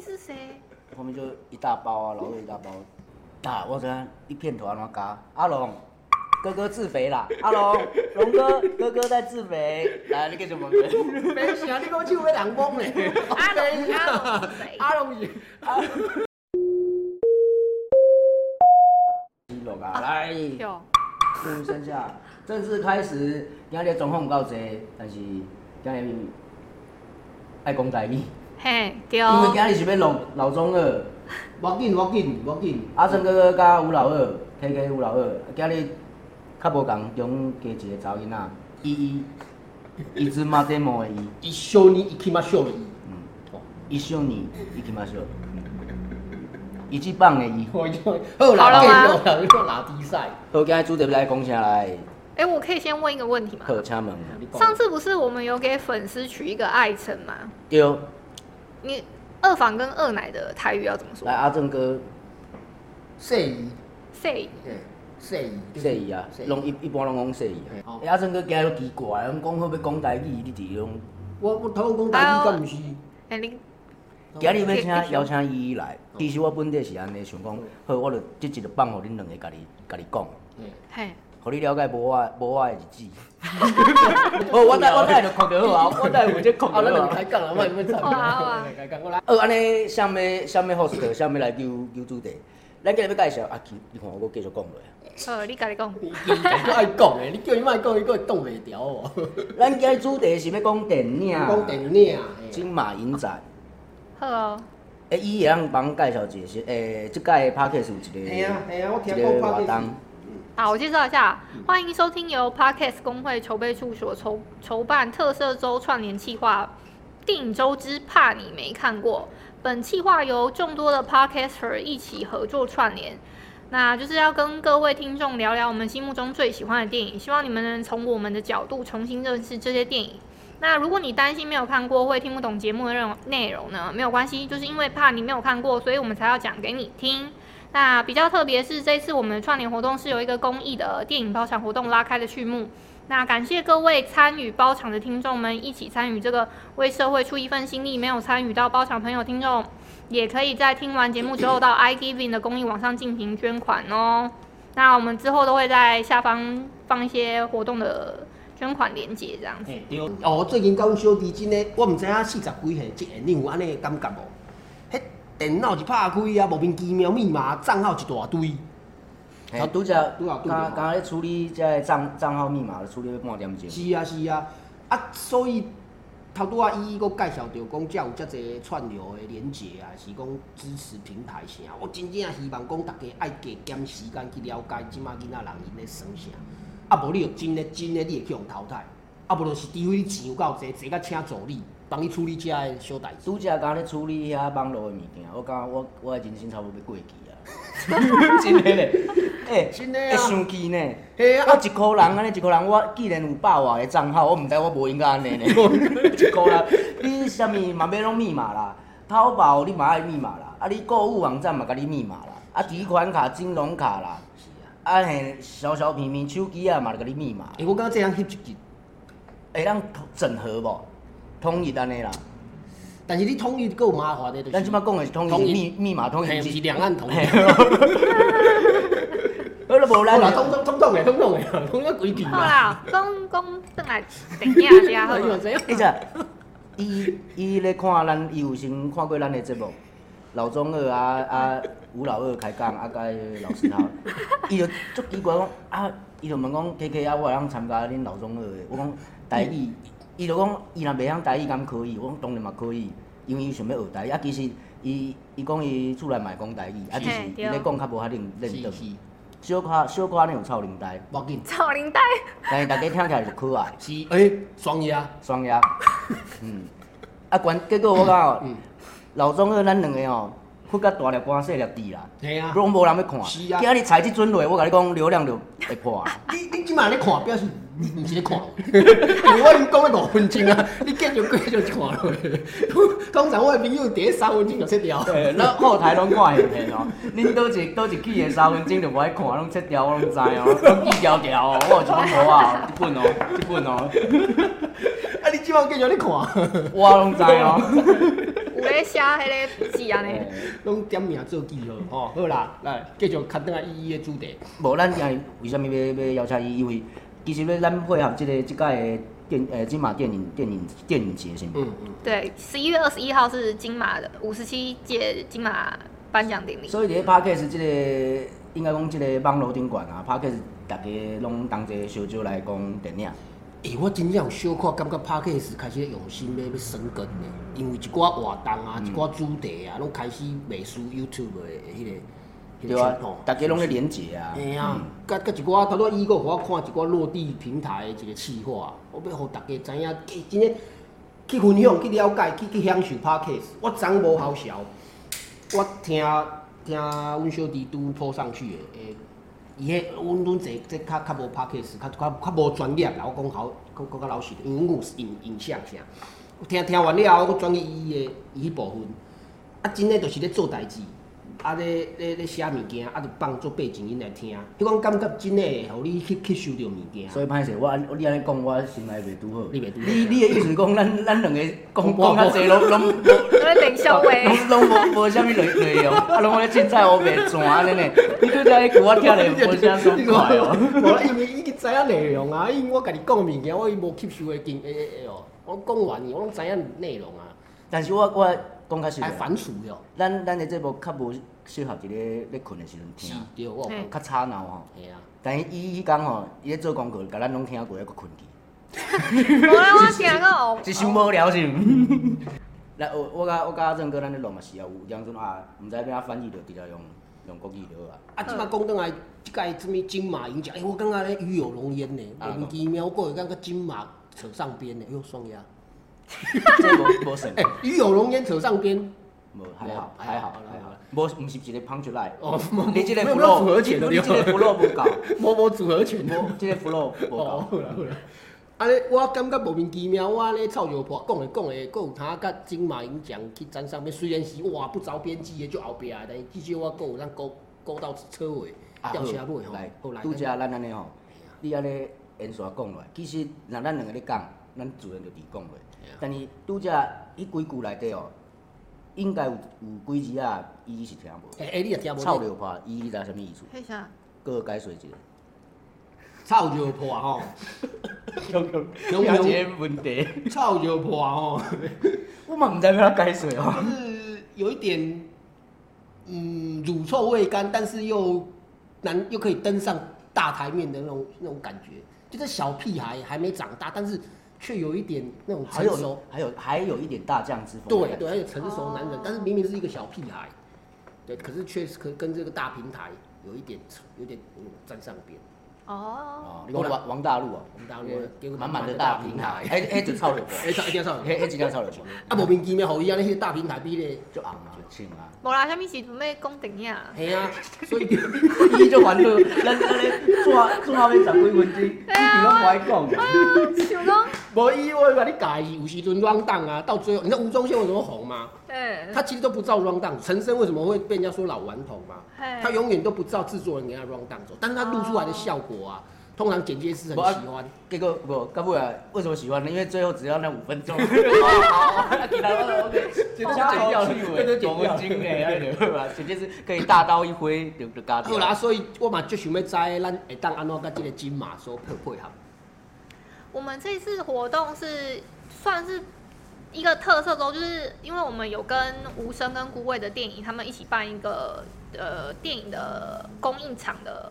是谁？后面就一大包啊，老二一大包，啊，我给他一片头啊，然后嘎，阿龙，哥哥自肥啦，阿龙，龙哥，哥哥在自肥，来，你给什么肥？没事啊，你讲手要人懵咧。阿龙，阿 龙是谁？阿龙是一龙啊，来，哟，嗯，剩下正式开始，今日总共有够多，但是今日爱讲台语，嘿，对，因为今日是要弄老中二。无紧无紧无紧，阿生哥哥甲吴老二，K K 吴老二，今日较无共，中加一个查某囡仔，伊伊，伊只嘛这毛的伊，伊小你伊 起码小你。嗯，伊想你，伊起码想，伊即棒的伊。我就好好了吗啦，够了，又拉低赛。好，今日主题要来讲啥来？哎，我可以先问一个问题吗？好，请问，上次不是我们有给粉丝取一个爱称吗？对，你二房跟二奶的台语要怎么说来？阿正哥，谢姨， say 嘿谢姨，说伊啊，谢拢一一般拢讲说伊嘿啊。阿正哥今日奇怪，拢讲好要讲台语，你伫用。我我头讲台语敢毋是？哎，你今日要请邀请伊来，其实我本底是安尼想讲，好，我著即集就放互恁两个家己家己讲。嘿嘿，互你了解无我无我的日子。 哦，我等我等下就讲就好 啊，我等下有这讲啊，咱就两好啊个开。讲啦，我你们走。好啊好啊 开讲我来。呃，安尼，啥物啥物 host，啥物来求求主题，咱今日要介绍啊，其你看我继续讲落啊。 呃，你家己讲，伊伊就爱讲诶，你叫伊莫讲，伊个挡袂牢哦。咱今日主题是要讲电影，讲电影啊，嘿金马影展。好哦，诶，伊会通帮介绍一个是诶，即届 p a r k 有一个嘿啊嘿啊我听一讲个 podcast 活动，好，我介绍一下，欢迎收听由 Podcast 工会筹备处所筹筹办特色周串联企划《电影周之怕你没看过》。本企划由众多的 Podcaster 一起合作串联，那就是要跟各位听众聊聊我们心目中最喜欢的电影，希望你们能从我们的角度重新认识这些电影。那如果你担心没有看过会听不懂节目的内容内容呢，没有关系，就是因为怕你没有看过，所以我们才要讲给你听。那比较特别是这次我们的串联活动是由一个公益的电影包场活动拉开的序幕。那感谢各位参与包场的听众们，一起参与这个为社会出一份心力。没有参与到包场朋友听众，也可以在听完节目之后到 iGiving 的公益网上进行捐款哦。那我们之后都会在下方放一些活动的捐款链接，这样子。嘿，对。哦，最近甲阮小弟真诶，我毋知影四十几岁即下你有安尼诶感觉无？迄电脑一拍开啊，莫名其妙密码账号一大堆。嘿拄则拄则拄刚刚咧处理即个账账号密码，处理要半点钟。是啊是啊，啊所以头拄啊伊佫介绍着讲，遮有遮侪串流的连接啊，是讲支持平台啥，我真正希望讲大家爱加减时间去了解即马囡仔人因咧耍啥，啊无你着真诶真诶，你会去互淘汰，啊无就是除非你钱有够侪，侪甲请助理帮你处理遮诶小代志。拄则刚咧处理遐网络的物件，我感觉我我的人生差不多要过期 啊！真的咧，诶、真的啊会生气呢。嘿啊我一个人安尼，一个人我既然有百外个账号，我毋知我无应该安尼 呢。一个人，你啥物嘛要拢密码啦，淘宝你嘛爱密码啦，啊你购物网站嘛甲你密码啦，啊提款卡、金融卡啦，是啊，啊嘿小小平平手机啊嘛甲你密码，诶、我感觉这样翕一集，会当整合无？统一安尼啦，但是你统一佫有麻烦诶，就是咱即摆讲的是统统一一密密码统嘿一毋是是两岸统一。好了，无好啦，咱统统统统诶，统统诶，统统规矩好啦。啦，公公等来等一下，等一下好 哎呦了。这样你知道？伊伊咧看咱，伊有先看过咱的节目，老中二啊啊吴老二开讲啊，甲迄个老师头，伊就足奇怪讲啊，伊就问讲 K K 啊，我会通参加恁老中二的，我讲台语，伊就讲伊若袂晓台语，敢可以？我讲当然嘛可以，因为伊想要学台语啊。其实伊伊讲伊厝内嘛会讲台语，啊，只是嘿伊对咧讲较无遐认认是真，是，小可小可安尼有臭灵台，无紧。草林带，但是大家听起来就可爱。是诶，双鸭双鸭，嗯，啊，关结果我讲哦嗯，老中二咱两个哦，骨较大粒肝细粒滴啦，嘿啊，拢无人要看。是啊今日踩即阵落，我甲你讲，流量就会破 啊。你你即马咧看，表示你毋是咧看落，因为我已经讲了五分钟啊，你继续继续看落。通常我的朋友第一三分钟就切掉。对，咱 后台拢看现现哦。恁倒一倒一季的三分钟就无爱看，拢切掉，我拢知哦，拢记条条哦，我有一本簿啊，一本哦，一本哦，啊，你即马继续咧看，我拢知哦。有咧写迄个字安尼。嘿拢点名做记号吼，好啦，来继续牵转来伊伊的主题。无，咱也为什物要要邀请伊？因为其实咧，咱配合即、个即届的电诶金马电影电影电影节是毋？嗯嗯，对，十一月二十一号是金马的五十七届金马颁奖典礼。所以伫咧 podcast 即、个应该讲即个网络顶悬啊，podcast 逐家拢同齐小酒来讲电影。诶、我真正有小可感觉 p a r k e 开始用心要要深耕咧，因为一寡活动嗯啊，一寡主题啊，拢开始袂输 YouTube 的迄、个。迄个对啊传统，逐家拢咧连接啊。哎呀，甲甲一寡，头拄伊个互我看一寡落地平台的一个企划，我要互大家知影，去真诶去分享、去了解、去去享受 podcast。我昨无好笑，我听听阮小弟拄铺上去的，诶、伊迄阮阮这这较较无 podcast，较较较无专业啦。我讲好，讲讲较老实，因为阮有影影像啥，我听听完了后，我转去伊的伊迄部分。啊，真诶就是咧做代志，啊咧咧咧写物件，啊就放做背景音来听，迄种感觉真诶会互你去去收着物件。所以歹势，我安你安尼讲，我心内袂拄好。你袂拄好你你的意思是讲，咱咱两个讲讲我较济，拢拢因为等小 伟，拢拢无无啥物内内容，啊，拢咧凊彩乌白转安尼呢。你对这迄句我听咧无啥爽快哦。无，因为伊知影内容啊，因为我甲你讲的物件，我伊无吸收的经诶诶哦，我讲完伊，我拢知影内容啊，但是我我讲较实还在，反刍了。咱咱的节目较无适合伫咧咧困的时阵是听，，对，我有嘿较吵闹吼。嘿啊，但是伊迄工吼，伊咧做功课，甲咱拢听过，还佫困去。无啦，我听个哦。一想无聊是毋？来，我我甲我甲阿正哥咱咧录嘛是啊，有当阵啊，毋知要安翻译着，直接用用国语就好啊。啊，即摆讲倒来，即届什物金马银奖，诶，我感觉咧鱼有龙烟呢，啊莫名其妙，我过会感觉金马扯上边呢，哎呦，双鸭，这无无算诶，，鱼有龙烟扯上边。无还好没还好还好还好，无毋是一个捧出来。哦，你即个没有 flow，组合拳你即个 flow 无够，无无组合拳哦。无即个 flow 无哦，够。好啦好啦。啊咧，我感觉莫名其妙，我安尼臭油婆讲的讲的，佫有通甲金马银奖去沾上面，虽然是哇不着边际的，就后壁的，但是至少我佫有咱勾勾到车尾，啊吊车好尾吼。来好来，哎拄则咱安尼吼，你安尼沿线讲落，其实若咱两个咧讲，咱自然就伫讲落对啊。但是拄则迄几句内底哦，应该有有几字啊，伊是听无。诶诶，你也听无？臭流话，伊知啥物意思？迄啥？搁解释一下。臭油婆吼， 有有一个问题，臭油婆吼， 我嘛毋知要怎解释哦。就是有一点嗯乳臭未干，但是又难又可以登上大台面的那种那种感觉，就是小屁孩还没长大，但是却有一点那种还成熟有， 还有还有一点大将之风。对对，还有成熟男人，哦但是明明是一个小屁孩，对，可是确实可跟这个大平台有一点有点嗯沾上边。哦，哦，你讲王王大陆哦，王大陆给我满满的大平台，哎哎，就臭流 话，哎，一定要上哎哎，真正臭流话，啊，莫名其妙，互伊安尼迄个大平台比咧，就红啊，青啊。无啦，啥物时阵要讲电影？嘿啊，所以伊就烦恼，咱咱咧做做后尾十几分钟，伊是拢无爱讲。想讲，无伊，我甲你改，有时阵 round down 啊，到最后，你知道吴宗宪为什么红吗？嗯，他其实都不照 round down，陈升为什么会被人家说老顽童嘛？嘿他永远都不照制作人给他 round down 走，但是他录出来的效果啊，通常剪接师很不啊喜欢。结果不，到尾啊，为什么喜欢呢？因为最后只要那五分钟。好，那其他都 OK，剪对对剪掉我精嘞，哎对吧？直接是可以大刀一挥就就加好掉。啦，所以我嘛就想要知咱会当安怎甲这个金马所配配合。我们这次活动是算是一个特色周，就是因为我们有跟无声跟孤味的电影，他们一起办一个呃电影的公映场的，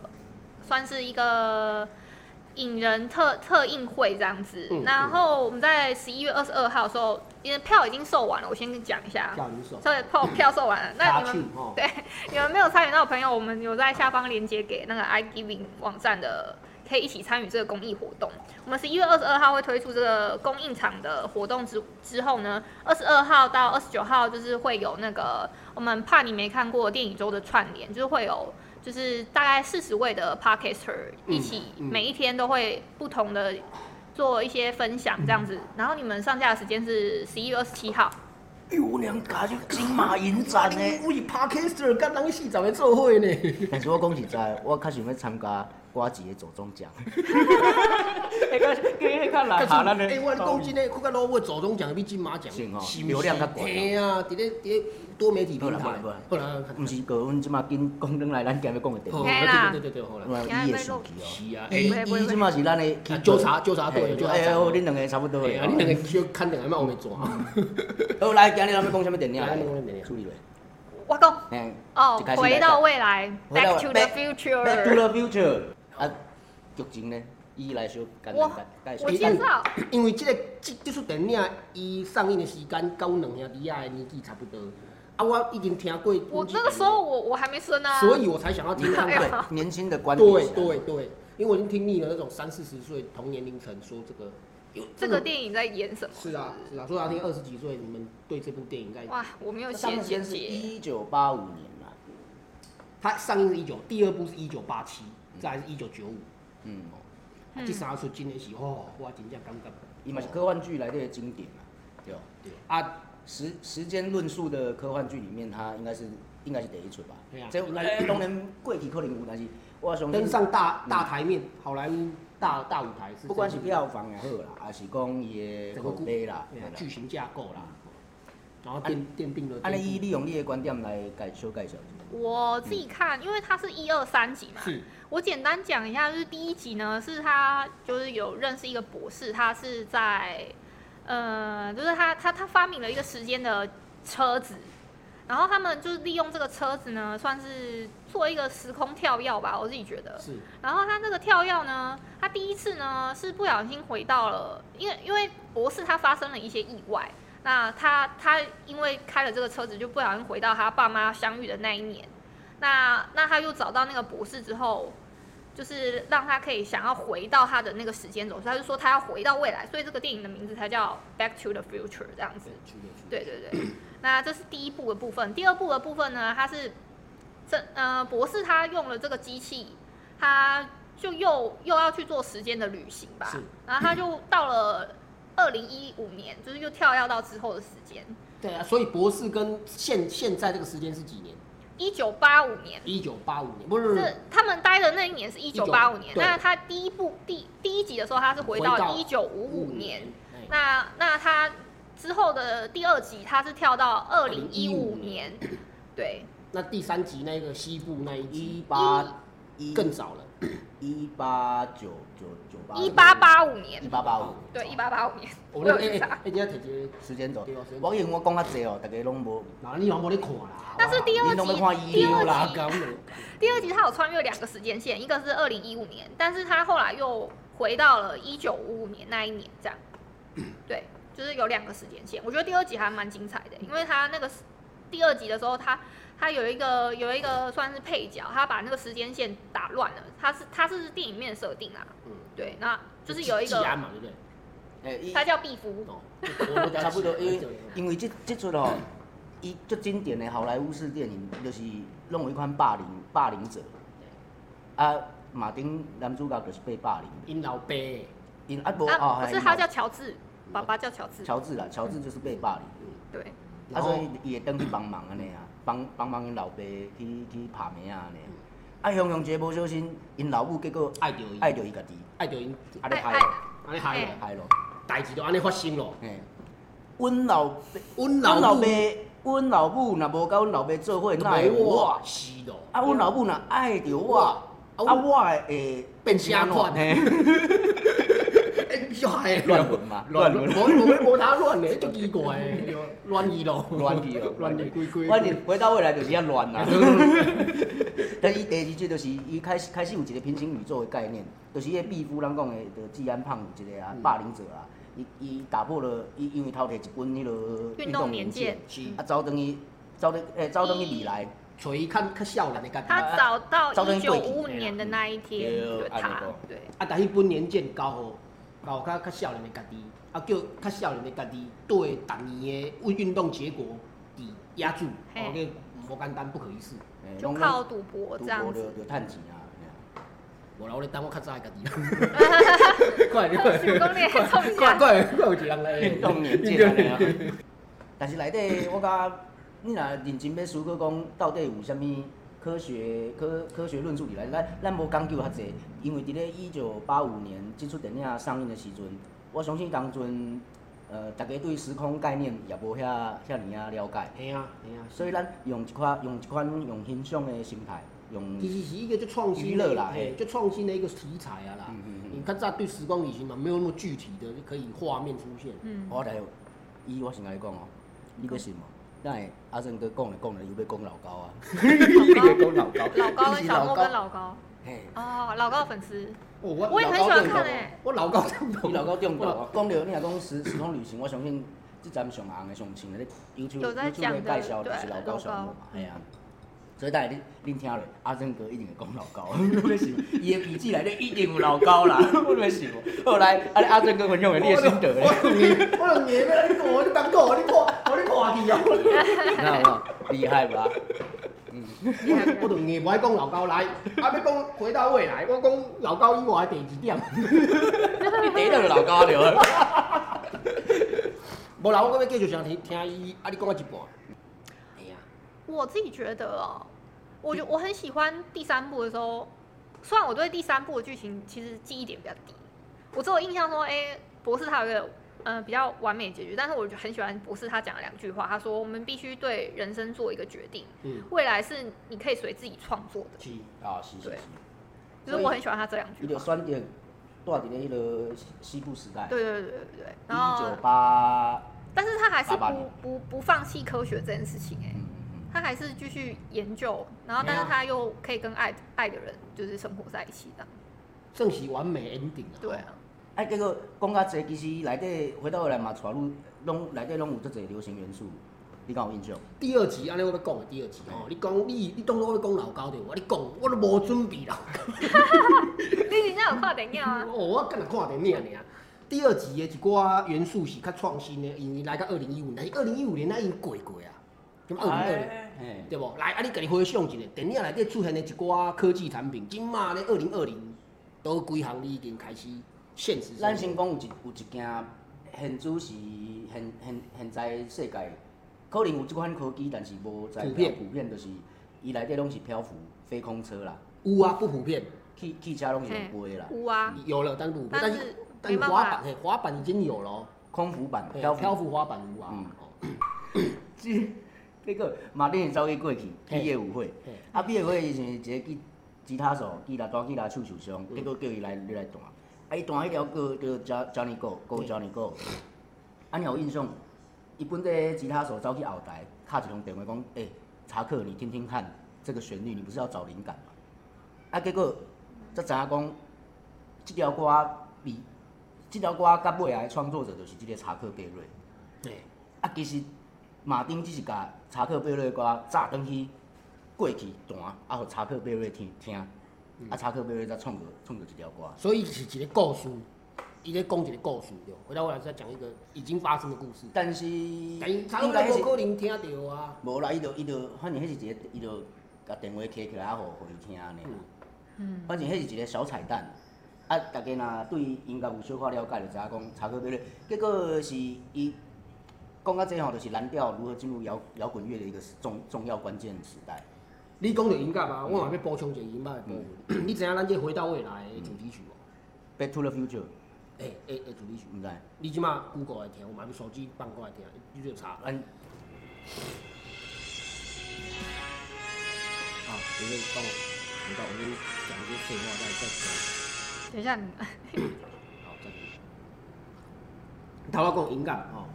算是一个影人特特映会这样子。嗯然后我们在十一月二十二号的时候，因为票已经售完了，我先跟你讲一下，叫你手，所以票票售完了，那你们卡去吼对，你们没有参与到的朋友，我们有在下方链接给那个 iGiving 网站的，可以一起参与这个公益活动。我们十一月二十二号会推出这个公益场的活动之之后呢，二十二号到二十九号就是会有那个我们怕你没看过电影周的串联，就是会有。就是大概四十位的 podcaster 一起，嗯每一天都会不同的做一些分享这样子。然后你们上架的时间是十一月二十七号，哎呦，娘家就金马银展哎哎呢。为 podcaster 甲人四十个做伙呢，但是我讲实在，我较想要参加瓜吉的左中奖，哎，较迄较啊啊难下咱的。哎，我跟你讲真诶，佮老尾左中奖比金马奖是哦不流量较广嘿啊，伫咧伫咧多媒体平台好啦好啦，好啦，毋是过阮即马紧讲转来咱今日要讲的题好目，嘿啦对对对对对，好啦，哇，伊会生气哦。是啊，伊哎，不会哎不会伊即马是咱的去纠察纠察队嘿纠察哎长呦，恁哦两个差不多对的啊，你两个小牵两个莫往内抓， 好，来，今日咱要讲什么电影？啊来咱要讲什么电影啊哦处理落。我讲嘿，哦一开，始来回到未来回到，Back to the Back- Back to Future。 the Future。啊，剧情呢？伊来小 简我单介我绍。介绍，哎因为即个即即出电影伊上映的时间甲阮两兄弟仔的年纪差不多，啊，我已经听过，我那个时候，我我还没生啊，所以我才想要嗯听看哎看呀。年轻的观点对是吧。对对，因为我已经听腻了那种三四十岁同年龄层说这个，有这个电影在演什么？是啊是啊，说要听二十几岁，你们对这部电影该哇，我没有那他写们简先是介。一九八五年啊嘛，它上映是一九，第二部是一九八七，再来是一九九五，啊嗯，嗯第三出真的是哦，我真正感觉，哦伊嘛是科幻剧来的经典嘛，对吧。对，啊，时时间论述的科幻剧里面，它应该是应该是第一出吧对啊？这应该当然过去可能有，但是我相登信上大大台面，好莱坞大大舞台是嗯不管是票房也好啦，还是讲伊的整个口故碑啦，嗯啊对啊嘿剧啦情架构啦，然后奠奠定了安这尼伊部利用你的观点来介小介绍一下。我嗯自己看，因为它是一二三集嘛，是我简单讲一下，就是第一集呢，是他就是有认识一个博士，他是在呃，就是他他他发明了一个时间的车子，然后他们就是利用这个车子呢，算是做一个时空跳跃吧，我自己觉得。是然后他这个跳跃呢，他第一次呢是不小心回到了，因为因为博士他发生了一些意外，那他他因为开了这个车子，就不小心回到他爸妈相遇的那一年。那那他又找到那个博士之后，就是让他可以想要回到他的那个时间轴，所以他就说他要回到未来，所以这个电影的名字才叫《Back to the Future》这样子对。出了出了对对对， 那这是第一步的部分。第二步的部分呢，它是这呃博士他用了这个机器，他就又又要去做时间的旅行吧是，然后他就到了二零一五年，就是又跳跃到之后的时间，对啊，所以博士跟现现在这个时间是几年？一九八五年。一九八五年，不是这他们待的那一年是一九八五年，对那他第一部第第一集的时候，他是回回到到一九五五年，，哎那那他之后的第二集，他是跳到二零一五年，对，那第三集那个西部那一一集八一更早了，一八九九九八一八八五年一，八八五对，一八八五年，我我那有个哎去哎查。，人家姐姐，时间轴对哦时间，轴我因为我讲较济哦，大家拢无那你拢无咧看啦？但是第二你拢要看集，一第六二啦集，，讲第二集他有穿越两个时间线，一个是二零一五年，但是他后来又回到了一九五五年那一年，这样，对，就是有两个时间线。我觉得第二集还蛮精彩的，因为他那个时第二集的时候，他他有一个有一个算是配角，他把那个时间线打乱了，他是他是电影面设定啊，嗯，对，那就是有一季安个嘛，对不对？诶，哎伊他叫毕福，哦，我我差不多，因为因为即即出哦，伊最经典的好莱坞式电影就是拢有一款霸凌霸凌者，啊，马丁男主角就是被霸凌的，因老爸的，因啊无啊，哦，不嘿是因他老叫乔治，爸爸叫乔治，乔治啦，乔治就是被霸凌，对。啊，然后所以伊会登去帮忙安尼啊，帮帮忙因老爸去去拍名啊安尼啊，啊，雄雄一个无小心，因老母结果爱着伊，爱着伊家己，爱着伊，啊，咧哎害哎咯，安尼害哎了，害咯，代志就安尼发生咯。嘿，阮老爸阮阮老老母爸，阮老母若无甲阮老爸做伙，哪会没有我我？是咯，啊，阮老母若爱着我，啊，啊我会变啥款嘿哎小孩 乱伦嘛乱乱伦，伦无无无他乱的，足奇怪的，乱伊咯，乱去哦， 乱伊鬼鬼。反正回到未来就是遐乱 啦。但伊第二季就是伊开始开始有一个平行宇宙的概念，就是迄个毕夫咱讲的，就治安胖有一个啊，霸凌者啊，嗯伊伊打破了，伊因为偷摕一本迄落运动年鉴是啊，走等于走等诶，走等于未来。找伊看较少年的感觉。他找到招生一九贵体五五年的那一天，嗯对对按他那个，对啊，但迄本年鉴交互交互较较少年的家己，啊叫较少年的家己对逐年的运运动结果抵压住，嘿哦，个无简单不可一世。嘿嗯就靠赌博这样就子。就趁钱啊。嘿啊无啦，我咧等我较早的家己。 快点快手点工咧快创啥快快快有一个人来运动年 纪安尼啊。 但是内底我感觉，你若认真要思考讲到底有啥物科学科科学论述以来，咱咱无讲究较济，因为伫咧一九八五年即出电影上映的时阵，我相信当阵呃大家对时空概念也无遐遐尼啊了解，嘿啊嘿啊，所以咱用一款用一款用欣赏的心态，用其实是一个就创新娱乐啦嘿嘿就创新的一个题材啊啦嗯嗯嗯。你看这对时光旅行嘛，没有那么具体的，就可以画面出现。嗯，我来伊我先甲你讲哦，你要信无？咱会阿正哥讲咧讲咧，又要讲老高啊，讲老高，老高一跟起小老莫高跟老高嘿。哦，老高的粉丝，哦，我也很喜欢看欸我老高中毒，伊老高中毒啊！讲着你若讲时时空旅行，我相信即站上红的上青的咧 YouTube 有在 YouTube 的讲的介绍就是对老高上老的高嘛，系啊。所以等下恁恁听落，阿珍哥一定会讲老高，你信无？伊的笔记内底一定有老高啦，我咪信无？后来阿阿珍哥分享的你的心得咧，我我硬要你讲，你讲我你破，我你破去哦。那有无厉害吧？厉害我就硬不爱讲老高来，啊要讲回到未来，我讲老高以外的第二点。 你第一就老高了。无啦，我搁要继续想听听伊，啊你讲到一半。哎呀， 我自己觉得哦，我觉我很喜欢第三部的时候，虽然我对第三部的剧情其实记忆点比较低，我只有印象说，哎、博士他有一个呃比较完美的结局，但是我就很喜欢博士他讲了两句话，他说我们必须对人生做一个决定，嗯，未来是你可以随自己创作的，是。啊，是是对是，就是我很喜欢他这两伊句就话。选择住伫咧迄个西西部时代，对对对对对，然一后九八，但是他还是88不年不不放弃科学这件事情哎、嗯嗯嗯。他还是继续研究，然后但是他又可以跟爱爱的人就是生活在一起的，正是完美 ending 啊！对啊，啊，结果讲较济，其实内底回到来嘛，带入拢内底拢有足侪流行元素，你敢有印象？第二集，安尼我要讲的第二集嗯哦，你讲你你当作我要讲老高对无？我你讲我都无准备老高， 你人家有看电影 啊？ 哦，我敢若看电影尔。第二集的一寡元素是较创新的，因为来到二零一五，但是二零一五年咱已经过过啊，咁二零哎二零。嘿，对无？来，啊，你家己回想一下，电影内底出现的一寡科技产品，今嘛咧二零二零，都几项你已经开始现实生活。咱先讲有一有一件现主是现现现在世界可能有即款科技，但是无在普遍普遍就是伊内底拢是漂浮飞空车啦，有啊，不普遍，汽汽车拢是用飞的啦，嗯有啊，有了，但是不普遍，但但是是没但是办滑法板，嘿，滑板已经有了哦，空浮版嘿漂漂浮，浮滑板有啊。嗯哦 即那个马丁也走去过去嘿毕业舞会，嘿啊毕业舞会伊是一个吉吉他手，吉他弹吉他手受伤，嗯结果叫伊来你来弹，啊伊弹迄条歌叫叫 Johnny Go Go Johnny Go，啊你有印象？伊本地吉他手走去后台，敲一通电话讲，诶、查克你听听看这个旋律，你不是要找灵感吗？啊结果才知影讲，即条歌比即条歌甲尾来创作者就是即个查克贝瑞。嘿啊，其实马丁只是甲查克贝瑞的歌炸转去过去弹，啊，互查克贝瑞听听，啊，查克贝瑞才创作创作一条歌。所以是一个故事，伊咧讲一个故事对。回到我来再讲一个已经发生的故事，但是但是应差不该多是无可能听到啊。无啦，伊就伊就反正迄是一个，伊就甲电话摕起来啊，互互伊听安尼啦。嗯，反正迄是一个小彩蛋。啊，大家若对音乐有小可了解，就知影讲查克贝瑞。结果是伊讲到这吼，就是蓝调如何进入摇摇滚乐的一个重重要关键时代。你讲到音乐啊，我嘛要补充一个音乐的部分。 你知影咱这回到未来的主题曲无？ Back to the Future，诶诶诶，主题曲。毋知？你即马 Google 来听，我嘛用手机放过来听，你就查。咱啊，随便帮我回到我跟你讲一些废话，等再再讲。一下 哎你，好，再讲。头我讲音乐吼，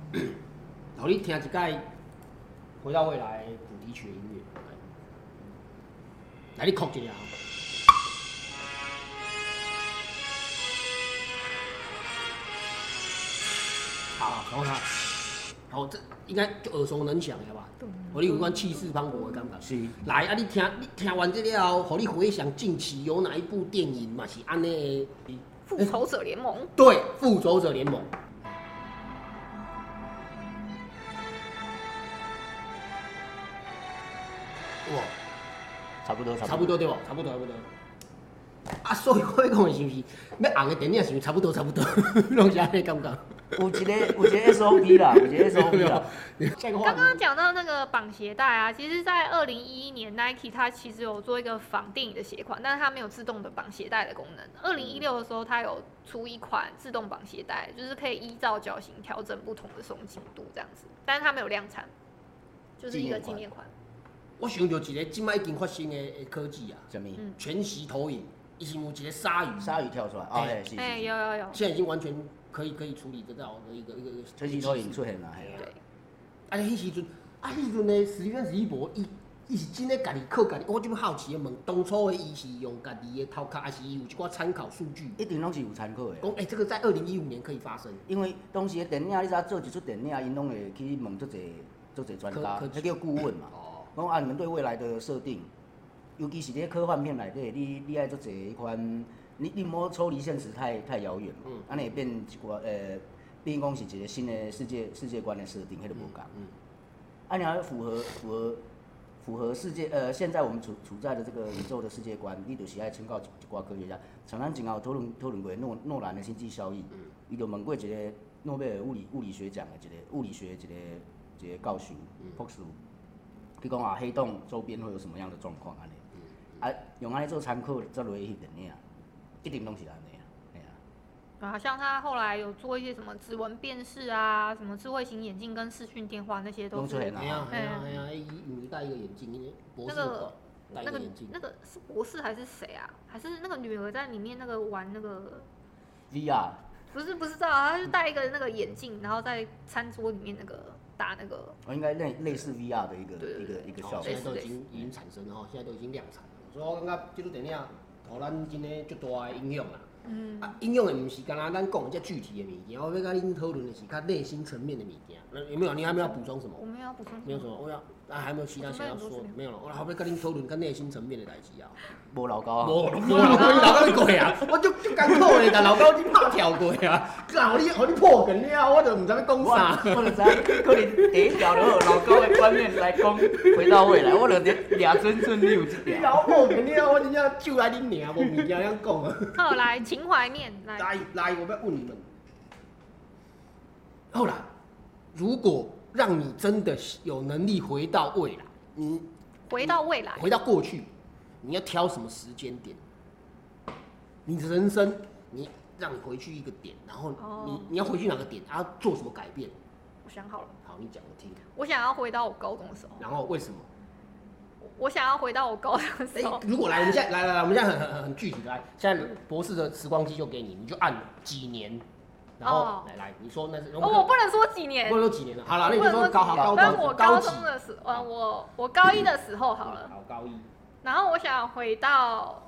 互你听一届回到未来主题曲的音乐。来，来你哭一下吼。好，好，好，好，这应该就耳熟能详的吧？互你有关气势磅礴的感觉。是来啊！你听，你听完这了后，互你回想近期有哪一部电影嘛是安尼的？复仇者联盟，对，《复仇者联盟》。哇，差不多，差不。多对吧？差不多，差不多。 啊，所以我要讲的是不是，要红的电影是不是差不多，差不多，拢是安尼感觉。有一个有一个 SOP 啦，有一个 SOP 啦。这个话刚刚讲到那个绑鞋带啊，其实，在二零一一年，Nike 它其实有做一个仿电影的鞋款，但是它没有自动的绑鞋带的功能。二零一六的时候，它有出一款自动绑鞋带，就是可以依照脚型调整不同的松紧度这样子，但是它没有量产，就是一个纪纪念念款。我想到一个即摆已经发生的的科技啊，什么？嗯全息投影，伊是有一个鲨鱼，鲨鱼跳出来，哦，嘿，是是哎、是，有有有，现在已经完全可以可以处理得到的一个一个一个全息投影出现啦，嘿啊。对，啊，迄时阵，啊，迄时阵的史蒂芬史蒂博，伊伊是真诶家己靠家己。我即么好奇诶问，当初诶伊是用家己诶头壳，还是伊有一寡参考数据？一定拢是有参考的讲啊。诶、欸这个在二零一五年可以发生。因为当时的电影，你知影做一出电影，因拢会去问足侪足侪专家，科科技迄叫顾问嘛。哦，讲啊，你们对未来的设定，尤其是咧科幻片内底，你你爱做这一款，你你莫抽离现实太太遥远嘛嗯，安尼、会变一寡呃，变讲是一个新的世界世界观的设定，迄个无共。嗯，啊，你要符合符合符合世界呃，现在我们处处在的这个宇宙的世界观，你就是爱请教一一寡科学家。像咱前后讨论讨论过诺诺兰的星际效应，嗯伊、就问过一个诺贝尔物理物理学奖的一个物理学的一个一个教授嗯博士，伊讲啊黑洞周边会有什么样的状况安尼，啊用安尼做参考再落去翕电影，一定拢是安尼啊，嘿啊。啊，像它后来有做一些什么指纹辨识啊，什么智慧型眼镜跟视讯电话那些都弄出来是啦哎呀哎呀嗯哎呀，伊有一戴一个眼镜，因为博士那个有戴一那个个眼镜那。个是博士还是谁啊？还是那个女儿在里面那个玩那个？ VR 不是不知道啊，他就戴一个那个眼镜，然后在餐桌里面那个打那个，我应该类类似 VR 的一个对对一个对一个效哦，果现。在都已类似经已经产生了吼，现在都已经量产了。所以我感觉这部电影，互咱真诶足大诶影响啦。嗯，啊，影响的毋是干那咱讲遮具体的物件，我要甲恁讨论的是较内心层面的物件。那有没有？你还没有补充什么我？们要补充没有什什么？么，我要啊，还没有其他想要说的，没有了。我后面跟您讨论跟内心层面的代志啊。无老高啊。无啦，无啦，我老高你过啊，我就就艰苦的，但老高你拍跳过啊，然后你互你破梗了，啊我就毋知要讲我啥。我就知影，可能第一条就好，老高的观念来讲，回到未来，我就俩尊顺你有一你条。老破梗了，我真正酒来恁命，无物件通讲啊。好，来情怀面来，来来，我要问你们，后来如果让你真的有能力回到未来，你回到未来，回到过去，你要挑什么时间点？你的人生，你让你回去一个点，然后你、哦你要回去哪个点，然后做什么改变？我想好了，好，你讲我听。我想要回到我高中的时候，然后为什么？哦我想要回到我高中的哎、时候，如果来，我们现在来来来，我们现在很很很很具体的来，现在博士的时光机就给你，你就按几年，然后、哦来来，你说那是哦，我不能说几年过，了几年了，好了，那我你不就能说说高好几年，高高但是我高高级中的时，呃，我我高一的时候好了，好高一，然后我想回到，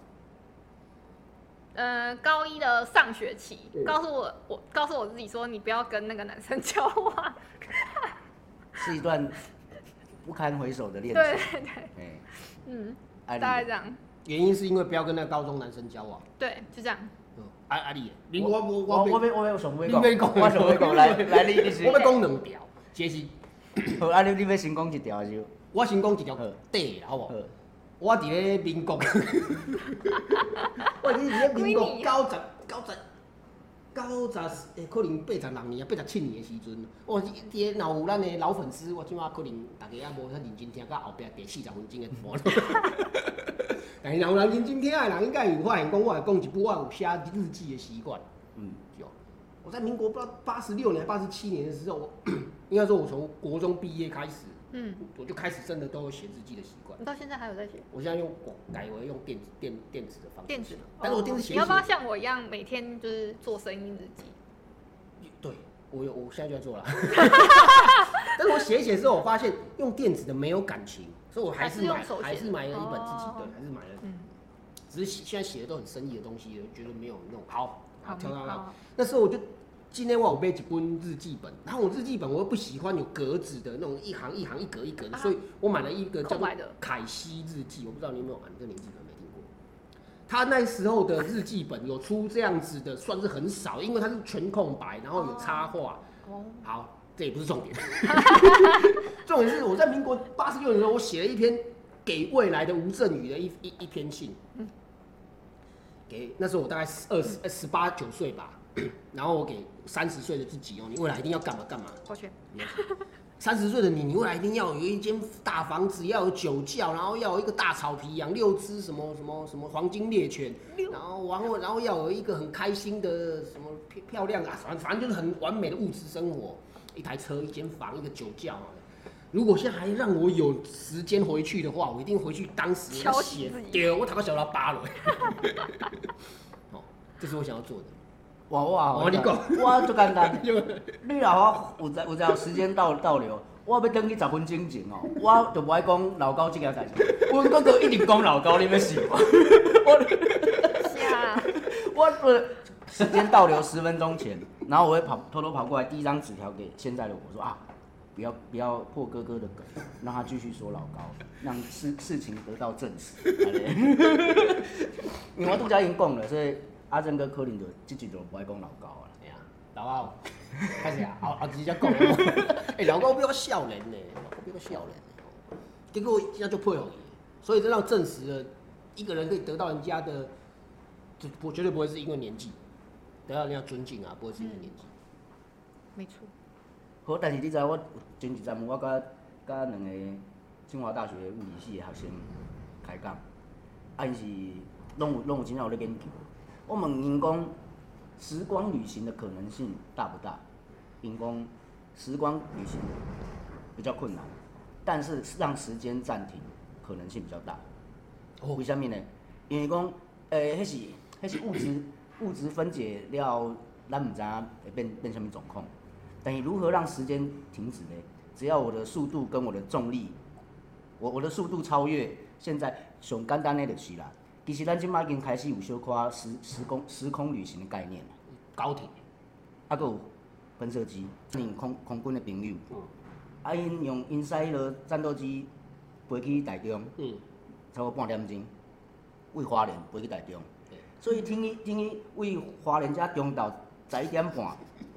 呃，高一的上学期，告诉我，我告诉我自己说，你不要跟那个男生交往。是一段不堪回首的恋对情。对对，哎，嗯，爱大丽概这样，原因是因为不要跟那个高中男生交往。对，就这样。嗯，阿阿丽，你我我我我我要我要上尾讲，你要讲我上尾讲，来来你你我要先。讲两条，这是好，啊你你要先讲一条就我先讲一条好短的，好不好好？。我伫咧民国，我伫咧民国几年九十九十九十，诶，可能八十六年啊，八十七年的时阵，我伫咧若有咱的老粉丝，我即马可能大家也无遐认真听，到后壁第四十分钟的 播咯。 但是若有人认真听的人，应该有发现讲，我会讲一句，我有写日记的习惯。嗯，有，我在民国八八十六年、八十七年的时候，我 应该说，我从国中毕业开始，嗯，我就开始真的都有写日记的习惯。你到现在还有在写我现在用广改为用电子电电子的方式，电子？但是我电子哦写你一要不要写，像我一样每天就是做声音日记？对我有，我现在就 在做了。 但是我写一写之后，我发现用电子的没有感情，所以我还还是是用买手写还是买了一本自己哦的，还是买了，嗯，只是写现在写的都很生意的东西，觉得没有那种好，好，跳到那。好，那时候我就今天我有背几本日记本，然后我日记本我又不喜欢有格子的那种一行一行一格一格的，啊所以我买了一个叫空做白的凯西日记，我不知道你有没有买，这个年纪可能没听过。他那时候的日记本有出这样子的，算是很少，因为它是全空白，然后有插画。哦，好，这也不是重点，重点是我在民国八十六年的时候，我写了一篇给未来的吴镇宇的一呃一一篇信。给那时候我大概十二十十八九岁吧， 然后我给三十岁的自己哦，你未来一定要干嘛干嘛。抱歉，三十岁的你，你未来一定要有一间大房子，要有酒窖，然后要有一个大草皮，养六只什么什么什么黄金猎犬，然后然后然后要有一个很开心的什么漂漂亮的，啊反反正就是很完美的物质生活，一台车，一间房，一个酒窖。如果现在还让我有时间回去的话，我一定回去当时敲死写自己，对，我讨个小喇叭了。 哦，这是我想要做的。哇哇！我跟你讲我足简单。 你若我有在有在有时间倒倒流，我要等去十分钟前哦，我就不爱讲老高这件代志。阮哥哥一直讲老高，你要死我！ 是啊，我我时间倒流十分钟前，然后我会跑偷偷跑过来，第一张纸条给现在的我说啊，不要不要破哥哥的梗，让他继续说老高，让事事情得到证实。这样 因为我杜家已经讲了，所以阿正哥柯林就这集就不爱讲老高啊。哎呀，老奥，开始啊，后后直接 讲哦。哎、老高比我少年呢，老高比我少年呢。结果人家就配合你，所以这让证实了一个人可以得到人家的，这我绝对不会是因为年纪，得到人家尊敬啊，不会是因为年纪。没错，好，但是你知我前一站我甲甲两个清华大学物理系的学生开讲，啊，因是拢有拢有真正有咧研究。我问因讲，时光旅行的可能性大不大？因讲时光旅行比较困难，但是让时间暂停可能性比较大。哦为什么呢？因为讲，诶、迄是迄是物质物质分解了，咱毋知影会变变什么状况。但是如何让时间停止呢？只要我的速度跟我的重力，我我的速度超越现在上简单的就是啦。其实咱即马已经开始有小可啊时时空时空旅行的概念啦，高铁，啊，佮有喷射机，你空空军的朋友，嗯啊，因用因使迄落战斗机飞去台中，嗯，差不多半点钟，为花莲飞去台中，对所以听伊听伊为花莲遮中昼十一点半，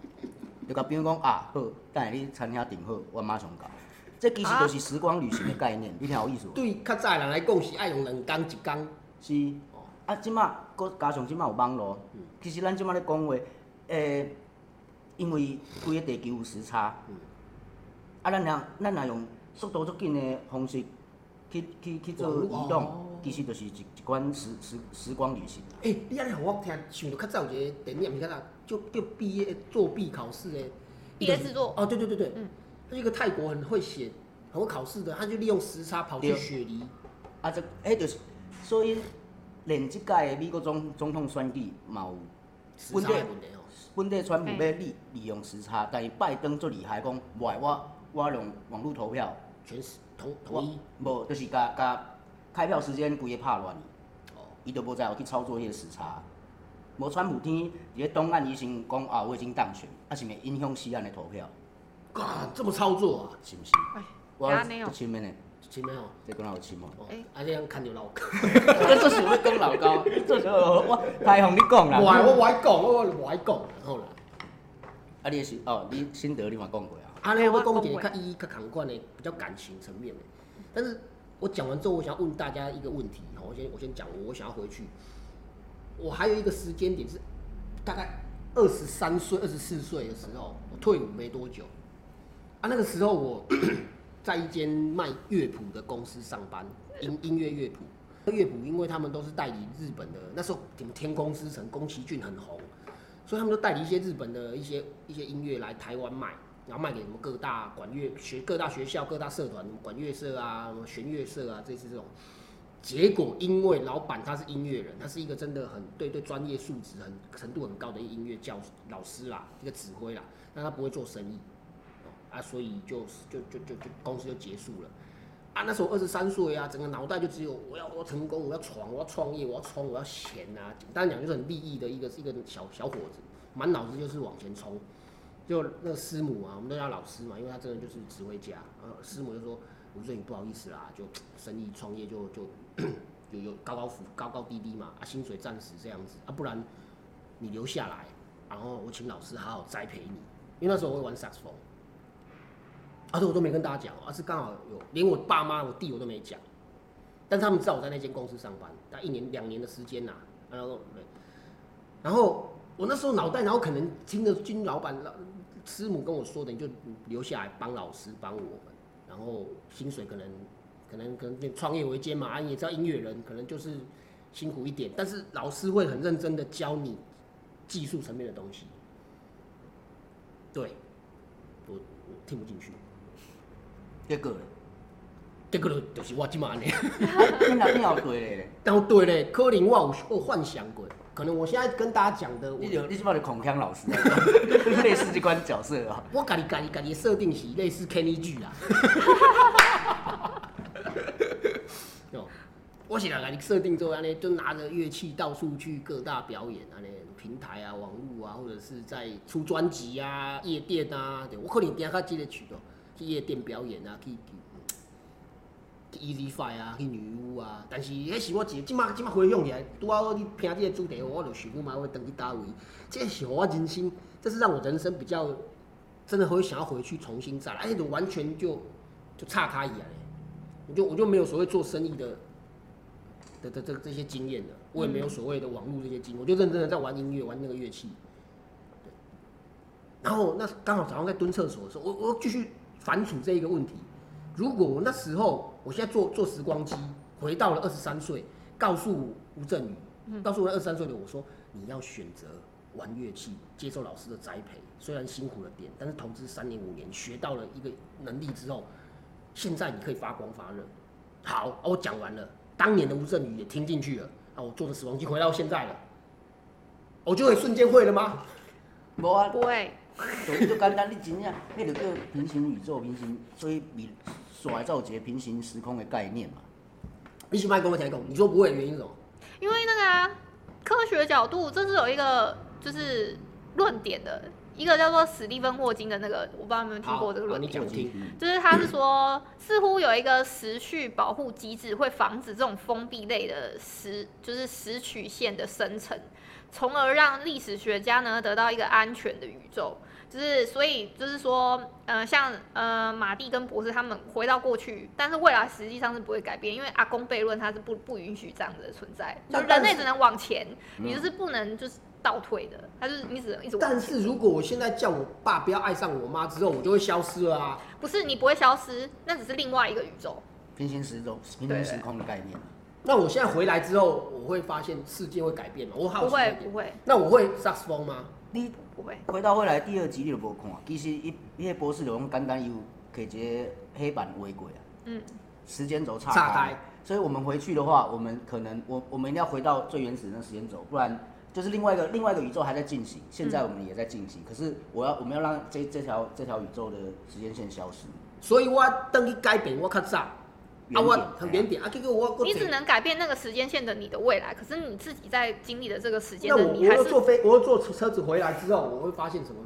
就甲朋友讲啊好，等下你餐厅订好，我马上到。这其实就是时光旅行的概念，你听有意思无？对较早的人来讲是爱用两工一工，是哦，啊，即马佮加上即马有网络，嗯其实咱即马咧讲话，诶、因为规个地球有时差，嗯啊，咱若咱若用速度足紧的方式去去去做网移络动，哦其实就是一一款时时时光旅行。诶、你安尼互我听，想到较早有一个电影，毋是较早，就就毕业作弊考试诶，毕业制作哦，对对对对，嗯那一个泰国很会写、很会考试的，他就利用时差跑去对雪梨，啊，这迄就是，所以连即届的美国总总统选举嘛有时差的问题哦。本地川普嗯要利利用时差，但是拜登最厉害，讲袂我我用网络投票，全是同我同一无就是甲甲开票时间规个拍乱，哦，伊都无在乎去操作迄个时差。无川普天伫咧东岸，伊先讲啊，我已经当选，啊是毋是影响西岸的投票，哇，这么操作啊？是毋是？哎，我安尼哦就深的呢，前面哦，这讲哪有深哦？哦哎，啊这样看就老高。这就是要讲老高，这就是我太互你讲啦。我我我爱讲，我我爱讲，然后啦，啊，你的心哦，你心得你嘛讲过啊？啊那我我讲讲一过个较一较感官的，比较感情层面的。但是我讲完之后，我想要问大家一个问题，哦我先我先讲我，我想要回去。我还有一个时间点是，大概二十三岁、二十四岁的时候，我退伍没多久，啊，那个时候我 在一间卖乐谱的公司上班，音音乐乐谱。乐谱，因为他们都是代理日本的，那时候什么天空之城、宫崎骏很红，所以他们都代理一些日本的一些一些音乐来台湾卖，然后卖给什么各大管乐学、各大学校、各大社团，什么管乐社啊、什么弦乐社啊，这些这种。结果因为老板他是音乐人，他是一个真的很对对专业素质很程度很高的一个音乐教老师啦，一个指挥啦，但他不会做生意，哦啊，所以就就就就就公司就结束了。啊，那时候二十三岁啊，整个脑袋就只有我要我要成功，我要闯，我要创业，我要冲，我要钱啊！简单讲就是很利益的一个一个小小伙子，满脑子就是往前冲。就那个师母啊，我们都叫老师嘛，因为他真的就是指挥家。呃，师母就说：“吴尊，你不好意思啦，就生意创业就就有有高高浮高高低低嘛，啊，薪水暂时这样子啊，不然你留下来，然后我请老师好好栽培你。因为那时候我会玩萨克斯风，啊，这我都没跟大家讲哦，而、是刚好有连我爸妈、我弟我都没讲，但是他们知道我在那间公司上班，大概一年两年的时间呐、然后然后我那时候脑袋，然后可能听着金老板、老师母跟我说的，你就留下来帮老师帮我们，然后薪水可能可能可能创业维艰嘛，啊，你也知道音乐人可能就是辛苦一点，但是老师会很认真的教你技术层面的东西。对，我我听不进去，结果咧，这个就就是我今安尼。 你哪你有对咧？当对嘞，柯林我有我有幻想过，可能我现在跟大家讲的，我你就你是不是孔锵老师？ 类似这关角色啊？我家己家己家己的设定是类似 Kenny 啊 G 啦。 哦，我是来家己设定之后，安尼就拿着乐器到处去各大表演，安尼平台啊、网络啊，或者是在出专辑啊、夜店啊，对我可能定较即个曲哦，去夜店表演啊，去。去去 Easy Five 啊，去女巫啊，但是迄是我一个即马即马回想起来，拄仔好你听即个主题，我就想讲嘛，我等去叨位，这是我人生，这是让我人生比较真的会想要回去重新再来，而且完全就就岔开一样嘞，我就我就没有所谓做生意的的的这这些经验了，我也没有所谓的网络这些经验，我就认真的在玩音乐，玩那个乐器。对然后那刚好早上在蹲厕所的时候，我我继续反刍这一个问题：如果我那时候我现在坐坐时光机回到了二十三岁，告诉吴镇宇，告诉我二十三岁的我说，你要选择玩乐器，接受老师的栽培，虽然辛苦了点，但是投资三年五年，学到了一个能力之后，现在你可以发光发热。好，啊我讲完了，当年的吴镇宇也听进去了，啊，我坐着时光机回到现在了，我就会瞬间会了吗？无啊，不会，就就简单，你真正，迄就叫平行宇宙、平行，所以比所来才有一个平行时空的概念嘛。你去麦跟我讲一讲，你说不会的原因是什么？因为那个啊，科学角度这是有一个就是论点的，一个叫做史蒂芬霍金的那个，我不知道你们有没有听过这个好论你点。讲听。就是他是说，似乎有一个时序保护机制，会防止这种封闭类的时，就是时曲线的生成，从而让历史学家呢得到一个安全的宇宙。就是所以就是说，呃，像呃马蒂跟博士他们回到过去，但是未来实际上是不会改变，因为阿公悖论它是不不允许这样子的存在，就但是人但类是只能往前，你就是不能就是倒退的，它就是你只能一直往前但是如果我现在叫我爸不要爱上我妈之后，我就会消失了啊！不是你不会消失，那只是另外一个宇宙。平行时空、平行时空的概念嘛。那我现在回来之后，我会发现世界会改变吗？我好不奇会一不点。会那我会萨克斯风吗？你不会，回到未来第二集你就无看，其实伊伊个博士就讲简单，伊有摕一个黑板画过啊，嗯。时间轴岔岔开啊开。所以我们回去的话，我们可能我我们一定要回到最原始的那时间轴，不然就是另外一个另外一个宇宙还在进行，现嗯在我们也在进行。可是我要我们要让这这条这条宇宙的时间线消失。所以我等去改变，我较早啊，原我点哎很原点啊，结果我我你坐只能改变那个时间线的你的未来，可是你自己在经历的这个时间那我的我你还又是坐飞，我又坐车子回来之后，我会发现什么？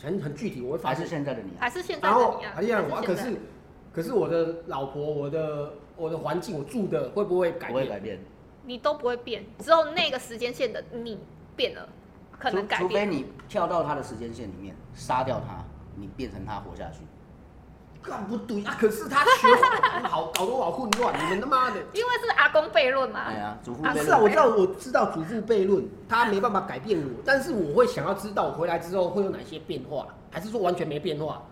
很很具体，我会发还现是现在的你啊，还是现在然的后你啊，还是让我啊，可现在是可是我的老婆、我的我的环境、我住的会不会改不会变？改变，你都不会变，只有那个时间线的你变了，可能除改除非变。你跳到他的时间线里面，杀掉他，你变成他活下去。干不对啊！可是他学好好搞得我好混乱，你们他妈的！因为是阿公悖论嘛哎，呀，祖父啊辈是啊，的我知道，我知道祖父悖论，他没办法改变我，但是我会想要知道我回来之后会有哪些变化，还是说完全没变化？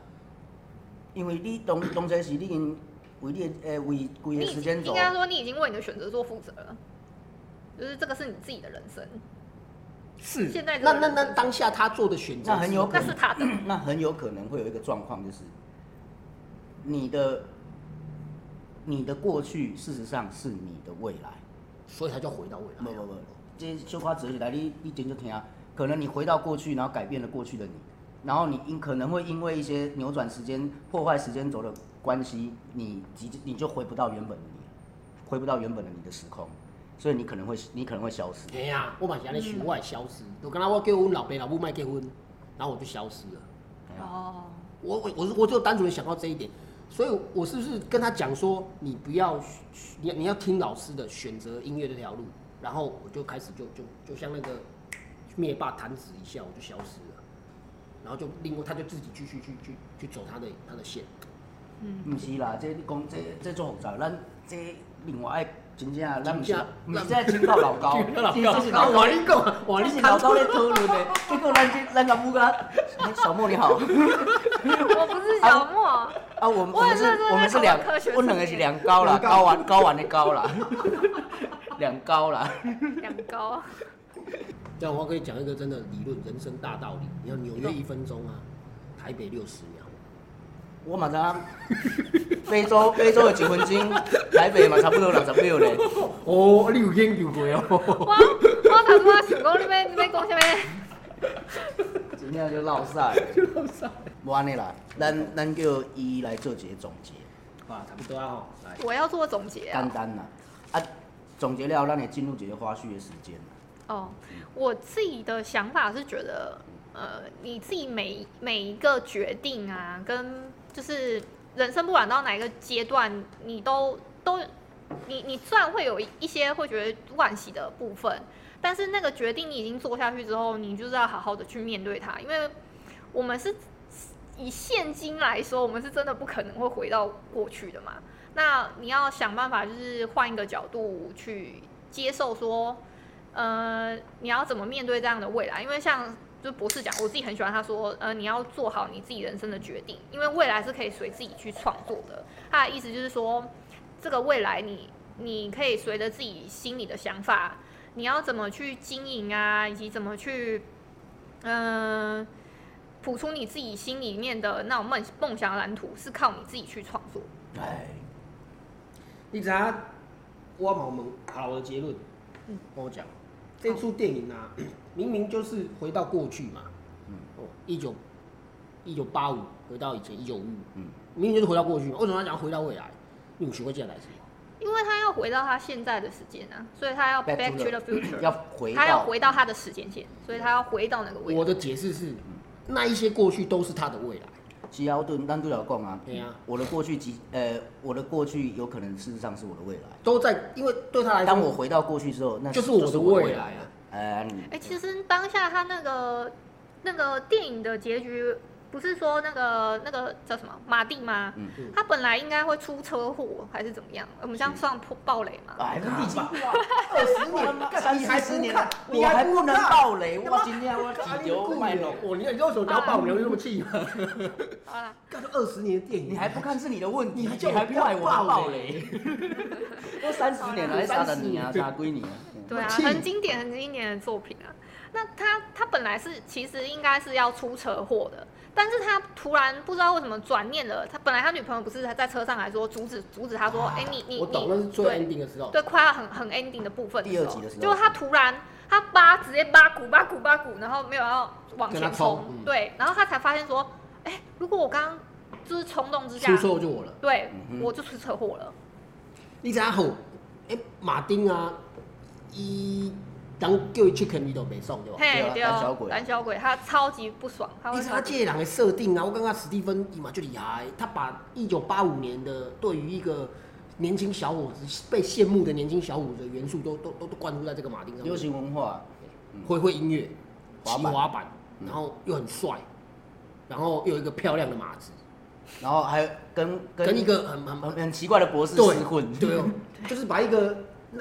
因为你当当时是你已经为你的诶为规你个已时经间应轴，该说你已经为你的选择做负责了，就是这个是你自己的人生，是现在这那个那人那当下他做的选择，那很有可那是能，他的。那很有可能会有一个状况，就是你的你的过去，事实上是你的未来。所以他就回到未不来。不不，这绣花哲学来，你你听就听啊。可能你回到过去，然后改变了过去的你，然后你因可能会因为一些扭转时间、破坏时间轴的关系，你即你就回不到原本的你了，回不到原本的你的时空，所以你可能会你可能会消失。哎呀、我嘛是安尼想，我会消失。就刚刚我叫我老爸老母卖结婚，然后我就消失了。哦，我我我我就单纯地想到这一点，所以我是不是跟他讲说，你不要你你要听老师的，选择音乐这条路，然后我就开始就就就像那个灭霸弹指一下，我就消失了，然后就另外他就自己继续去去去走他的他的线，毋是啦，这你讲这这做复杂，咱这另外的真正啊咱毋真是正毋是在请教老 高，这这是是哦老老高，我高，跟这是你讲，我跟你老讲，高咧讨论的，结果咱这咱甲母甲，哎小莫你好。我不是小莫，啊，我们我我也们是是在，我们是两考科学，我们两个是两高啦，两高高完高完的 高啦，两高啦。两高。这样啊我可以讲一个真的理论，人生大道理。你看纽约一分钟啊，台北六十秒。我嘛知影，非洲非洲的一分钟，台北嘛差不多六十秒咧。哦，你有研究过哦？我我头拄啊想讲你要你要讲啥物？真正就落赛，无安尼啦，咱咱叫伊来做一个总结， 哇，差不多啊吼，来，我要做总结啊简。单啦。啊，总结了，咱会进入一个花絮的时间啦。哦，我自己的想法是觉得，呃，你自己每每一个决定啊，跟就是人生不管到哪一个阶段，你都都你你虽然会有一些会觉得惋惜的部分，但是那个决定你已经做下去之后，你就是要好好的去面对它，因为我们是以现今来说，我们是真的不可能会回到过去的嘛。那你要想办法，就是换一个角度去接受说，呃，你要怎么面对这样的未来？因为像就博士讲，我自己很喜欢他说，呃，你要做好你自己人生的决定，因为未来是可以随自己去创作的。他的意思就是说，这个未来你你可以随着自己心里的想法，你要怎么去经营啊，以及怎么去，嗯、呃，谱出你自己心里面的那种梦梦想蓝图，是靠你自己去创作。哎，你知影我嘛问好的结论，嗯跟我讲，这出电影啊， 明明就是回到过去嘛，嗯哦，一九一九八五回到以前一九五五，嗯明明就是回到过去嘛，为什么要讲回到未来？你有学过这样代志吗？因为他要回到他现在的时间啊，所以他要 Back back to to the future，要回他要到回到他的时间线，所以他要回到那个位我置。的解释是，嗯那一些过去都是他的未来。西奥顿，咱都有讲啊对啊，我的过去即呃，我的过去有可能事实上是我的未来。都在，因为对他来说，当我回到过去之后，那就是我的未来啊。哎，你哎、其实当下他那个那个电影的结局，不是说那个那个叫什么马蒂吗？嗯嗯他本来应该会出车祸还是怎么样？我们这样是算破暴雷吗？啊哎，你已经二十干干三十年了，你我还还不不能能爆爆雷，我今天我几丢卖弄，哦我你你为什么聊爆啊雷那么气嘛？好啦，干二十年的电影，你还不看是你的问题，你还叫你我还不怪要我爆爆雷雷？都三十年了，还杀的你啊，杀归你啊。对啊，气很经典、很经典的作品啊。那他他本来是其实应该是要出车祸的，但是他突然不知道为什么转念了。他本来他女朋友不是在车上来说阻止阻止他说，哎、你你啊我懂，你那是最对 ending 的时候。对，快要很很 ending 的部分第二集的时候就是他突然他扒直接扒鼓扒鼓扒鼓，然后没有要往跟前他冲冲，嗯对，然后他才发现说，哎、如果我刚刚就是冲动之下出，错就我了。对、嗯哼我就出车祸了，你知影好？诶，马丁啊，伊人叫伊 chicken，伊都袂爽对吧？嘿，对对哦，啊胆小鬼胆小鬼，他超级不爽，他你会知影这个人的设定啊，我感觉史蒂芬伊嘛就厉害，他把一九八五年的对于一个年轻小伙子被羡慕的年轻小伙子的元素都都都都灌输在这个马丁上面。流行文化，会会音乐，滑骑板嗯滑板，然后又很帅，然后又有一个漂亮的马子，然后还有跟嗯跟一个很很很很奇怪的博士对厮混， 对哦，就是把一个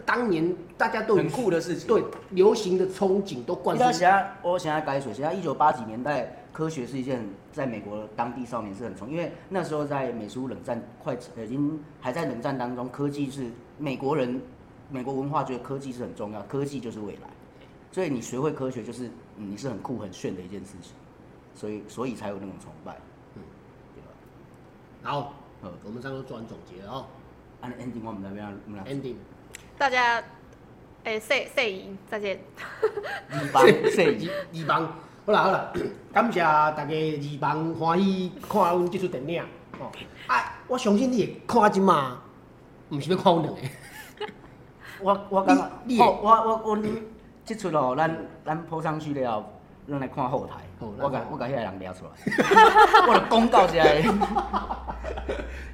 当年大家都很酷的事情。对流行的憧憬都灌你知道输现在我现在改水，现在一九八几年代，科学是一件在美国当地少年是很重，因为那时候在美苏冷战快呃已经还在冷战当中，科技是美国人美国文化觉得科技是很重要，科技就是未来，所以你学会科学就是、嗯你是很酷很炫的一件事情，所以所以才有那种崇拜，好，嗯，我们刚刚做完总结了哦按 ending 我们啊那边我们俩，ending，大家，哎、赛赛赢，再见。一帮 摄影，二二班，好啦好啦，感谢大家二班欢喜看阮这出电影哦，啊，我相信你会看即嘛，毋是要看阮两个，我我感觉你，你我我我我，即出哦，咱咱铺上去了后，咱来看后台好，我甲咱看我甲迄个人掠出来， 我来公告一下，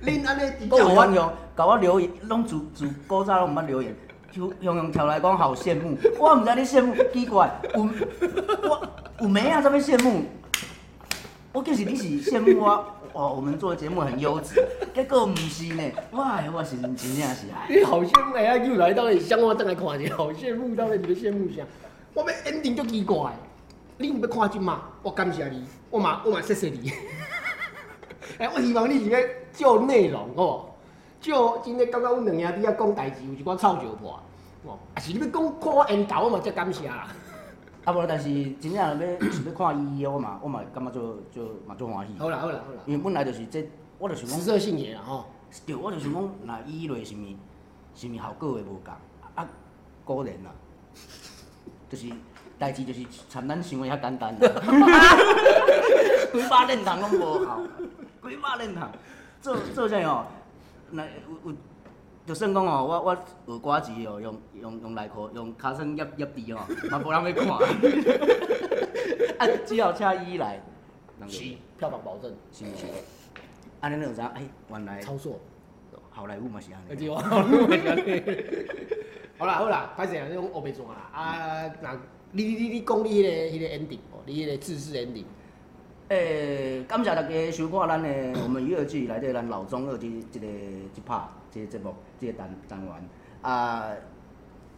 恁安尼都有网友甲我留言，拢自自古早拢毋捌留言，就用用跳来讲好羡慕，我毋知你羡慕，奇怪，有我有妹啊，才要羡慕，我就是你是羡慕我，哇，我们做的节目很优质，结果不是呢，哇，我是真正是啊，你好羡慕哎呀，又来到了乡我等来看一下，好羡慕，到底你们羡慕啥？我们 ending 就奇怪，你有要看即嘛？我感谢你，我嘛我嘛谢谢你。 哎、我希望你是咧照内容哦，照真诶感觉阮两兄弟啊讲代志有一寡臭尿破，哦，啊是你要讲看我缘投，我嘛才感谢啦。啊无，但是真正要是要看伊的，我嘛我嘛感觉做做嘛做欢喜，好啦好啦好啦，因为本来就是这，我就是食讲。色性也啦吼。，对，我就想讲，若伊落是毋是，是毋是效果会无共？啊，果然啊，就是代志就是参咱想的遐简 单啊啦。几百练堂拢无效，几百练堂做做啥哦？若有有，就算讲哦，我我学歌词哦，用用用内裤用尻川夹夹字哦，嘛无人要看。 啊，只好请伊来，人就是票房保证，是毋是？安尼你就知影，哎，原来操作。好莱坞嘛是安而尼且。我好啦好啦，歹势啦，你讲黑白怎啦？啊，那你你你讲你迄、个迄、个 ending 哦，你迄个自制 ending，诶、感谢大家收看 咱的我们娱乐剧内底咱老中二这这个这 part 这个节目这个单单元啊。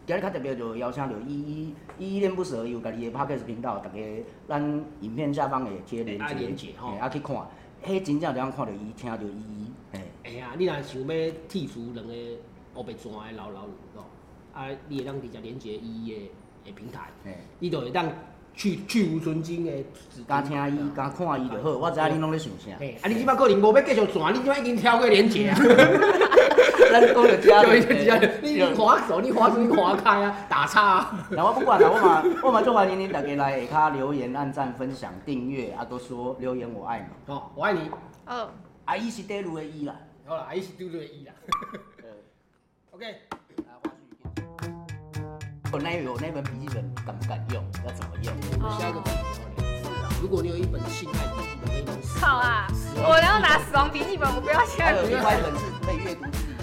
今日较特别就邀请到依依依依恋不舍，伊有家己的 podcast 频道，大家咱影片下方会贴链哎接，啊连接吼嘿啊去看，迄真正就通看到伊，听到依依，嘿，哎呀、你若想要剔除两个黑白怎的老老人哦，啊，你会当直接连接伊的的平台，嘿，你就会当去去无存菁的指定。敢听伊，敢看伊就好。我知影恁拢咧想啥，嘿，啊，你即摆可能无要继续转，你即摆已经跳过连接啊，咱讲到遮跳 你就你滑手，你滑手，你滑开啊，打叉啊。然后不管了，我嘛我嘛做欢迎恁大家来下骹留言、按赞、分享、订阅，啊都说留言我爱你。哦，我爱你。嗯。啊，伊是短路的伊啦。好啦，啊，伊是丢对伊啦。OK。啊我去我那有那本笔记本敢不敢用？要怎么用？我们下一个主题要聊。如果你有一本性爱笔记本，那一本啊靠啊！我要拿死亡笔记本，我不要现还在有另外一本是被阅读记忆